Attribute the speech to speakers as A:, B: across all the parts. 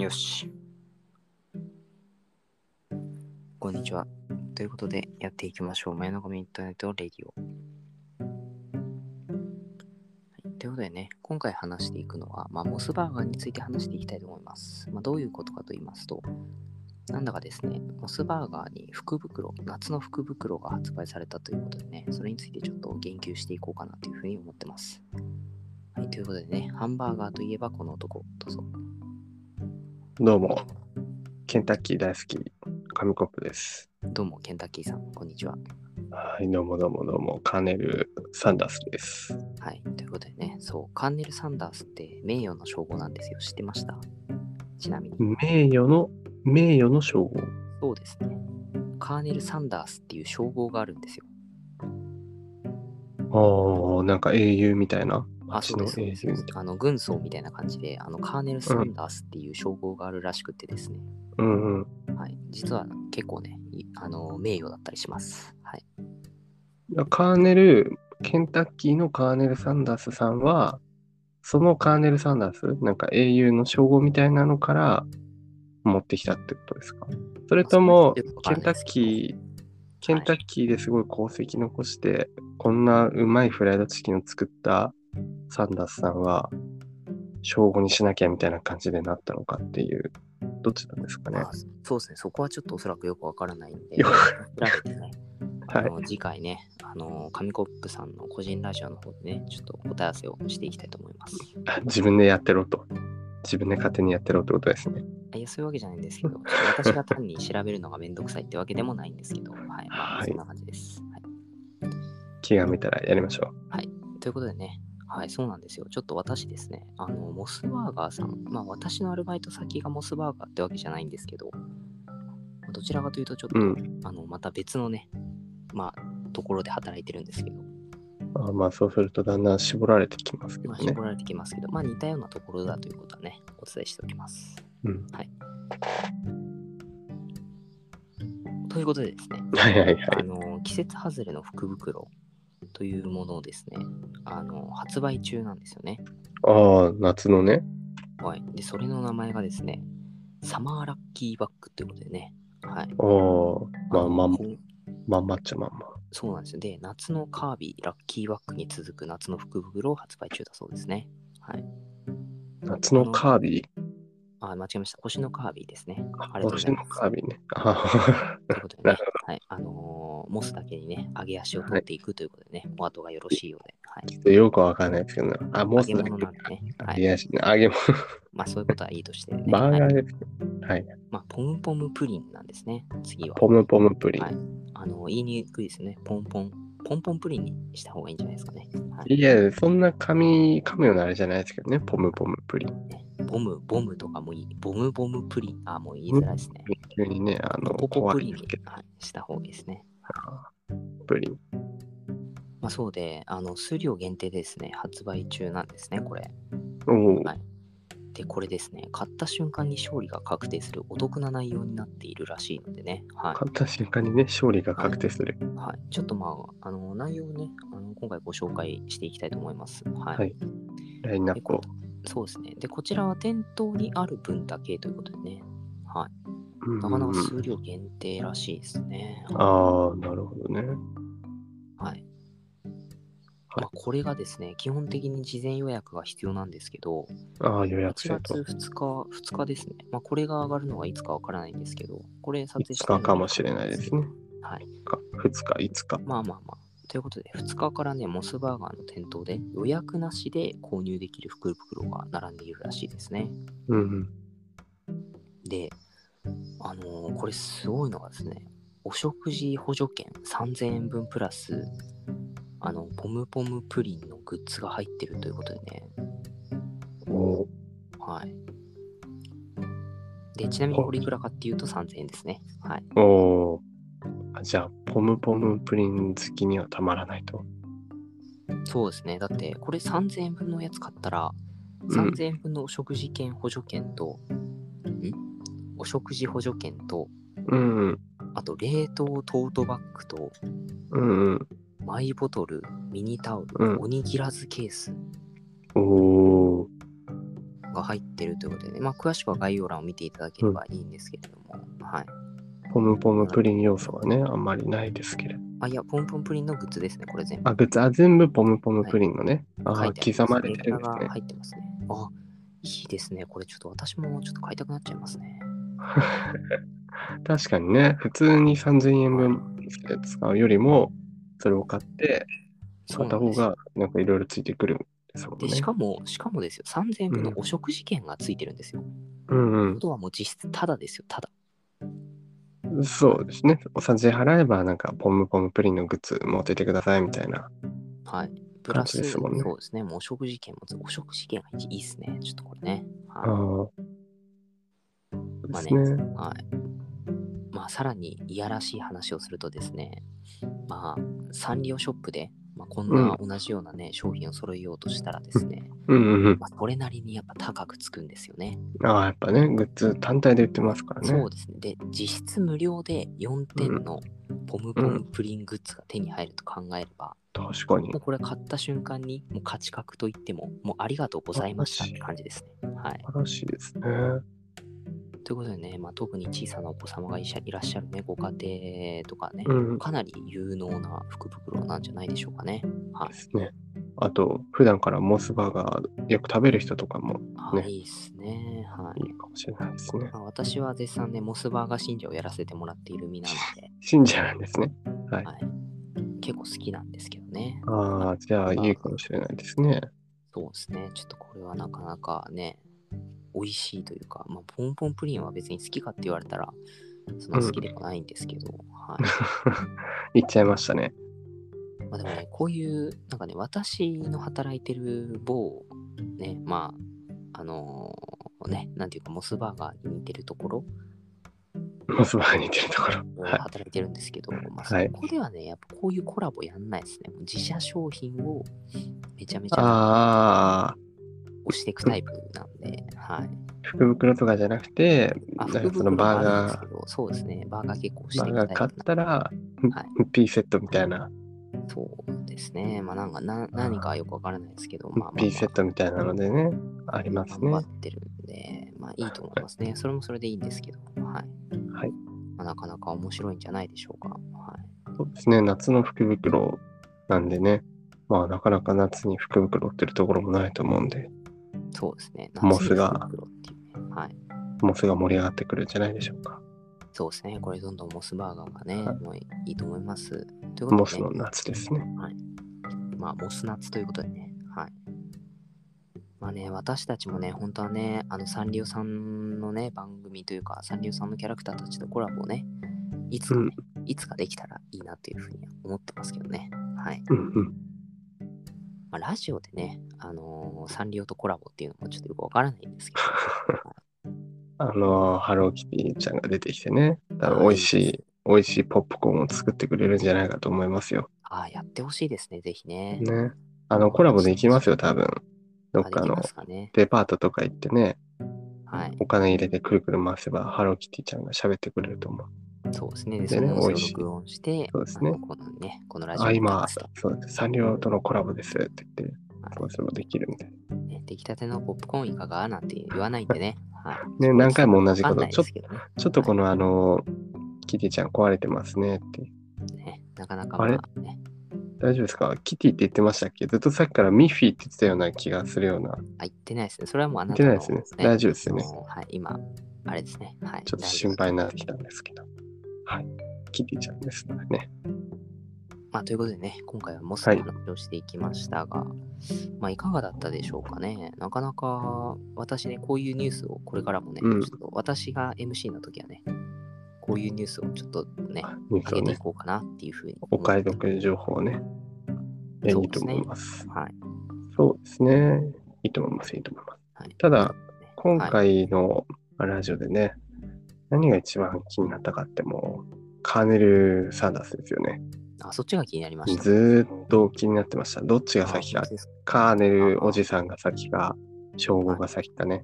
A: よし。こんにちは。ということで、やっていきましょう。前の髪インターネットレディオ。はい、ということでね、今回話していくのは、まあ、モスバーガーについて話していきたいと思います。まあ、どういうことかと言いますと、なんだかですね、モスバーガーに福袋、夏の福袋が発売されたということでね、それについてちょっと言及していこうかなというふうに思ってます。はい、ということでね、ハンバーガーといえばこの男、どうぞ。
B: どうも、ケンタッキー大好き、紙コップです。
A: どうも、ケンタッキーさん、こんにちは。
B: はい、どうもどうもどうも、カーネル・サンダースです。
A: はい、ということでね、そう、カーネル・サンダースって名誉の称号なんですよ。知ってましたちなみに、
B: 名誉の、名誉の称号。
A: そうですね。カーネル・サンダースっていう称号があるんですよ。
B: ああ、なんか英雄みたいな。
A: あ、そうです、そう
B: 英
A: で
B: 雄
A: すそう
B: み
A: で
B: た
A: す
B: い。
A: あの、軍曹みたいな感じで、あの、カーネル・サンダースっていう称号があるらしくてですね。
B: な。うんうん。
A: はい、実は結構ね、いあの、名誉だったりします。はい。
B: いやカーネル、ケンタッキーのカーネル・サンダースさんは、そのカーネル・サンダース、なんか英雄の称号みたいなのから持ってきたってことですかそれと
A: まあ
B: も
A: それちょっとわ、か
B: ケ
A: ん
B: ン
A: ないですけど
B: タッキー、ケンタッキーですごい功績残して、こんなうまいフライドチキンを作ったサンダースさんは、称号にしなきゃみたいな感じでなったのかっていう、どっちなんですかね
A: ま。あそうですね、そこはちょっとおそらくよくわからないんで、
B: よ
A: 調
B: く
A: べてね、
B: はい
A: あの次回ね、あの、紙コップさんの個人ラジオの方でね、ちょっと答え合わせをしていきたいと思います。
B: 自分でやってろと。自分で勝手にやってろってことですね。
A: いや、そういうわけじゃないんです けど、ちょっと私が単に調べるのがめんどくさいってわけでもないんですけど、はい、ま
B: は
A: あ、
B: い
A: そんな感じです。はい
B: 気が向いたらやりましょ
A: ということでね、はい、そうなんですよ。ちょっと私ですね、あの、モスバーガーさん、まあ私のアルバイト先がモスバーガーってわけじゃないんですけど、どちらかというとちょっと、
B: う。うん。
A: あの、また別のね、まあ、ところで働いてるんですけど、
B: あまあそうするとだんだん絞られてきますけど
A: まあ、
B: ね
A: 絞。られてきますけど、まあ似たようなところだということはね、お伝えしておきます。
B: うん
A: はい。ということでですね、
B: はいはいはい。
A: あの季節外れの福袋というものをですねあの発売中なんですよね、
B: ああ、夏のね。
A: はい、でそれの名前がですねサマーラッキーバッグということでね、はい、
B: ああ、まあまあ
A: のこう
B: まんまっちゃまんま。
A: そうなんですよで夏のカービィラッキーバッグに続く夏の福袋を発売中だそうですね、はい、
B: 夏のカービィ。
A: あ間違えました星のカービィですねありがとうござ
B: 星
A: い
B: の
A: ます
B: カービィね。あ
A: ということでね、はいあのーモスだけにね上げ足を取っていくということでね、お後がよろしいようで、はい、
B: あ、よくわかんないですけどね。あ、モ
A: 揚
B: ス
A: げ
B: だ
A: 物な
B: け
A: んでね、は
B: 揚
A: い、
B: げ足ね。揚げ物。
A: まあそういうことはいいとしてね、
B: バ
A: は
B: ーガ
A: い
B: ーですね。はい。
A: まあ、ポムポムプリンなんですね、次は。
B: ポムポムプリン。
A: はいあの言いにくいですね、ポンポン、ポンポンプリンにした方がいいんじゃないですかね。はい、
B: いや、そんな紙、噛むようなあれじゃないですけどね。ポムポムプリン。
A: ボム、ボムとかもいい、ボムボムプリン、あ、もう言いづらいですね。
B: 急にね、あの、
A: ポポ
B: 怖
A: プ
B: い
A: リン
B: で
A: に
B: すけど。、
A: はい、した方がいいですね。
B: プリン。
A: まあ、そうで、あの数量限定でですね、発売中なんですね、これ。
B: おお
A: は。い、で、これですね、買った瞬間に勝利が確定するお得な内容になっているらしいのでね、はい、
B: 買った瞬間にね、勝利が確定する。
A: はい、ちょっとまあ、あの内容をねあの、今回ご紹介していきたいと思います。はい
B: はいラインナップを。
A: そうですね。で、こちらは店頭にある分だけということでね。はい。なかなか
B: うん
A: 数量限定らしいですね。
B: ああ、なるほどね。
A: はい。まあ、これがですね、基本的に事前予約が必要なんですけど、
B: ああ、予
A: 1
B: 約制
A: 月
B: と。
A: 2日、2日ですね。まあ、これが上がるのはいつかわからないんですけど、これ撮影
B: 5日かもしれないですね。
A: はい。
B: か2日、5日。
A: まあまあまあ。ということで、2日からね、モスバーガーの店頭で予約なしで購入できる福袋が並んでいるらしいですね。
B: うんうん。
A: で、あのーこれすごいのがですね、お食事補助券3000円分プラス、あの、ポムポムプリンのグッズが入ってるということでね、
B: おー
A: はい。で、ちなみにこれいくらかっていうと3000円ですね。はい。
B: おーあじゃあ、ポムポムプリン好きにはたまらないと。
A: そうですね。だって、これ3000円分のやつ買ったら、
B: うん
A: 3000円分のお食事券補助券と、んお食事補助券と、
B: うんうん。
A: あと冷凍トートバッグと、
B: うんうん。
A: マイボトル、ミニタオル、
B: うん
A: おにぎらずケース、
B: おお。
A: が入ってるということでね、まあ、詳しくは概要欄を見ていただければいいんですけれども、はい。
B: ポムポムプリン要素はね、あんまりないですけれど。
A: あ、いや、ポンポンプリンのグッズですね、これ全部。
B: あ、グッズ、あ、全部ポムポムプリンのね。
A: 書い
B: あ
A: て
B: ー、刻まれ
A: ます
B: てるんです
A: レーター
B: ね
A: が。入ってますね。あ、いいですね。これちょっと私もちょっと買いたくなっちゃいますね。
B: 確かにね、普通に3000円分使うよりも、それを買って、
A: そう
B: 買
A: な
B: った
A: ん
B: 方
A: ですよ
B: が、なんかいろいろついてくるんですもん
A: で、
B: ね。
A: しかも、しかもですよ、3000円分の
B: うん
A: お食事券がついてるんですよ。
B: うん
A: あとはもう実質ただですよ、ただ。
B: うん。そうですね。お30円払えば、なんか、ポムポムプリンのグッズ持っててくださいみたいな。
A: はい。プラス、
B: 感じですもんね
A: そうですね、もうお食事券も、お食事券がいいですね。ちょっとこれね。
B: あ
A: は
B: あ。
A: い。まあ
B: で
A: ね
B: すね。
A: はい。まあ、さらにいやらしい話をするとですね、まあ、サンリオショップで、まあ、こんな同じようなね、商品を揃えようとしたらですね、
B: うんうんうん。
A: まあ、それなりにやっぱ高くつくんですよね。
B: ああ、やっぱね、グッズ単体で売ってますからね。
A: そうですね。で、実質無料で4点のポムポムプリングッズが手に入ると考えれば、
B: 確かに
A: もう。これ買った瞬間に、もう価値格といっても、もうありがとうございましたって感じですね。はい。
B: 素晴らしいですね。
A: ということでね、まあ、特に小さなお子様がいしゃいらっしゃるね、ご家庭とかね、
B: うん。
A: かなり有能な福袋なんじゃないでしょうかね。は
B: ですね。あと、普段からモスバーガーよく食べる人とかも
A: い。
B: ね
A: はい、いいですね。はい。
B: いいかもしれないですね。
A: まあ私は絶賛ね、モスバーガー信者をやらせてもらっている身なので、
B: 信者なんですね。はい。
A: はい、結構好きなんですけどね。
B: ああ、じゃあいいかもしれないですね。
A: そうですね。ちょっとこれはなかなかね、美味しいというか、まあ、ポンポンプリンは別に好きかって言われたら、その好きでもないんですけど、はい。
B: 行っちゃいましたね。
A: まあでもね、こういう、なんかね、私の働いてる某、ね、まあ、あのーね、なんていうか、モスバーガーに似てるところ、
B: モスバーガーに似てるとこ ろ。はい。
A: 働いてるんですけど、まあ、そ
B: はい
A: こではね、やっぱこういうコラボやんないですね。もう自社商品をめちゃめちゃ
B: ああ、
A: 押していくタイプなんで、はい。
B: 福袋とかじゃなくて、
A: あ、
B: なん
A: 福
B: かその
A: 袋
B: バー
A: はあるんで
B: ガ
A: すけど、そうですね、バーガー結構
B: ー、
A: して
B: バ
A: い
B: ー
A: くタ
B: ガ
A: イ
B: ー
A: プ
B: 買ったら、
A: はい
B: P セットみたいな、
A: そうですね、まあなんかな何かはよくわからないですけど、まあまあ、まあ、
B: P セットみたいなのでね、ありますね
A: 頑張。ってるんで、まあいいと思いますね。それもそれでいいんですけど、はい。
B: はい
A: まあ、なかなか面白いんじゃないでしょうか。はい。
B: そうですね、夏の福袋なんでね、まあなかなか夏に福袋売ってるところもないと思うんで、
A: そうですね。
B: モスが
A: 夏に福袋っていうねはい。
B: もうすぐ盛り上がってくるんじゃないでしょうか。
A: そうですね。これどんどんモスバーガーがね、
B: はい
A: もういいと思います。という
B: モ
A: こ
B: ス
A: とで、
B: の
A: ね、
B: 夏ですね。
A: まあモスナッツということでね。はい。まあね、私たちもね、本当はね、あのサンリオさんのね、番組というか、サンリオさんのキャラクターたちとコラボをね、いつかね、いつかできたらいいなというふうには思ってますけどね。はい。
B: うんうん。
A: まあ、ラジオでね、あのーサンリオとコラボっていうのもちょっとよくわからないんですけ
B: あのーハローキティちゃんが出てきてね、多
A: ど。
B: 分美味し
A: あーで
B: い、美味しいポップコーンを作ってくれるんじゃないかと思いますよ。
A: す。ああ、やってほしいですね、ぜひね。
B: ね。あの、コラボできますよ、多分。どっ
A: あ
B: か
A: でき
B: の
A: ますかね。
B: デパートとか行ってね、
A: はい。
B: お金入れてくるくる回せば、ハローキティちゃんが喋ってくれると思う。
A: そうですね。で、
B: で
A: そ
B: ね
A: の音声を
B: 美味しい
A: 録音して、
B: そうですね
A: あのこのね、このラジオ
B: あ、
A: で
B: 今
A: 流すと、
B: そうです。サンリオとのコラボですって言って、そうすればできるみたいな。
A: ね、出来たてのポップコーンいかがなんて言わないんで ね。はい。
B: ね、何回も同じ
A: わか
B: こ
A: んな
B: と。
A: い
B: ちょ
A: で
B: っ
A: すけどね。
B: とちょっとこのあの、キティちゃん壊れてますねって。
A: ねなかなか、
B: あれ
A: まあね、
B: 大丈夫ですかキティって言ってましたっけずっとさっきからミッフィーって言ってたような気がするような。
A: あ、言ってないですね。それはもうあな
B: 言ったて
A: の、
B: ないですね。大丈夫ですよね
A: あ。のはい、今、あれですね。はい。
B: ちょっと
A: 大丈夫
B: 心配になってきたんですけど。はい。キティちゃんですのでね。
A: まあ、ということでね、今回はモス
B: は
A: の
B: い
A: 話をしていきましたが、まあ、いかがだったでしょうかね。なかなか、私ね、こういうニュースをこれからもね、
B: うん
A: ちょっと私が MC の時はね、こういうニュースをちょっとね、
B: ニュース
A: 上げてい
B: をね、
A: こうかなっていうふうに。
B: お買い。得情報をね、いやいいと思います。
A: はい。
B: そうですね。いいと思います。いいと思います。
A: はい、
B: ただ、今
A: はい、
B: 回のラジオでね、何が一番気になったかってもう、カーネル・サンダースですよね。
A: あ、そっちが気になりました。
B: ずーっと気になってました。どっちが
A: あ
B: 先か
A: 本当。です
B: カーネルおじさんが先か、称号が先かね。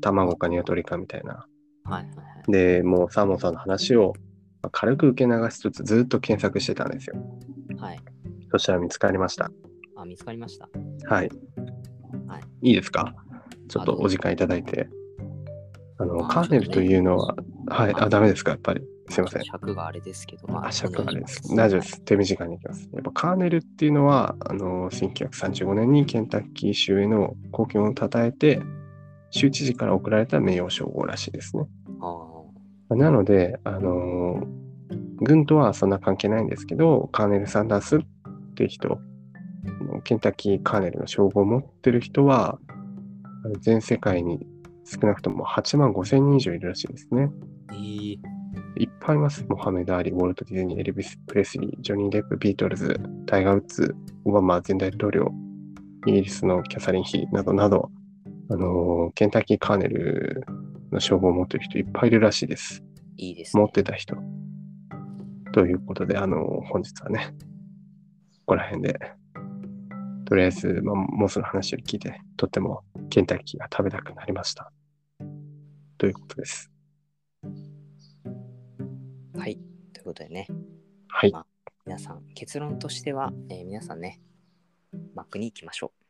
B: 卵か鶏かみたいな。
A: かはいはいはい。
B: で、もうサーモンさんの話をまあ軽く受け流しつつずっと検索してたんですよ。
A: はい。
B: そしたら見つかりました。
A: あ、見つかりました。
B: はい。、
A: はい
B: いですかちょっとお時間いただいて。あの、
A: あ
B: カーネルというのは、はい、あ、ダメですか、やっぱり。すいません。
A: 尺があれですけど、ま
B: あ、尺があれです。
A: お願
B: 大
A: いし
B: 丈夫
A: ま
B: です。手短にいきます。やっぱカーネルっていうのは、あの、1935年にケンタッキー州への貢献を称えて、州知事から贈られた名誉称号らしいですね。なので、あの軍とはそんな関係ないんですけど、カーネル・サンダースっていう人、ケンタッキー・カーネルの称号を持ってる人は、あの全世界に少なくとも8万5千人以上いるらしいですね。
A: あーいい
B: いっぱいいます。モハメド・アリ、ウォルト・ディズニー、エルビス・プレスリー、ジョニー・デップ、ビートルズ、タイガー・ウッズ、オバマ前大統領、イギリスのキャサリン妃などなど、あのケンタッキー・カーネルの称号を持ってる人いっぱいいるらしいです。
A: いいです、ね。
B: 持ってた人。ということで、あの、本日はね、ここら辺で、とりあえず、まあ、モスの話を聞いて、とってもケンタッキーが食べたくなりました。ということです。
A: はい。ということでね、
B: はい。
A: 皆さん、結論としては、えー皆さんね、マックに行きましょう。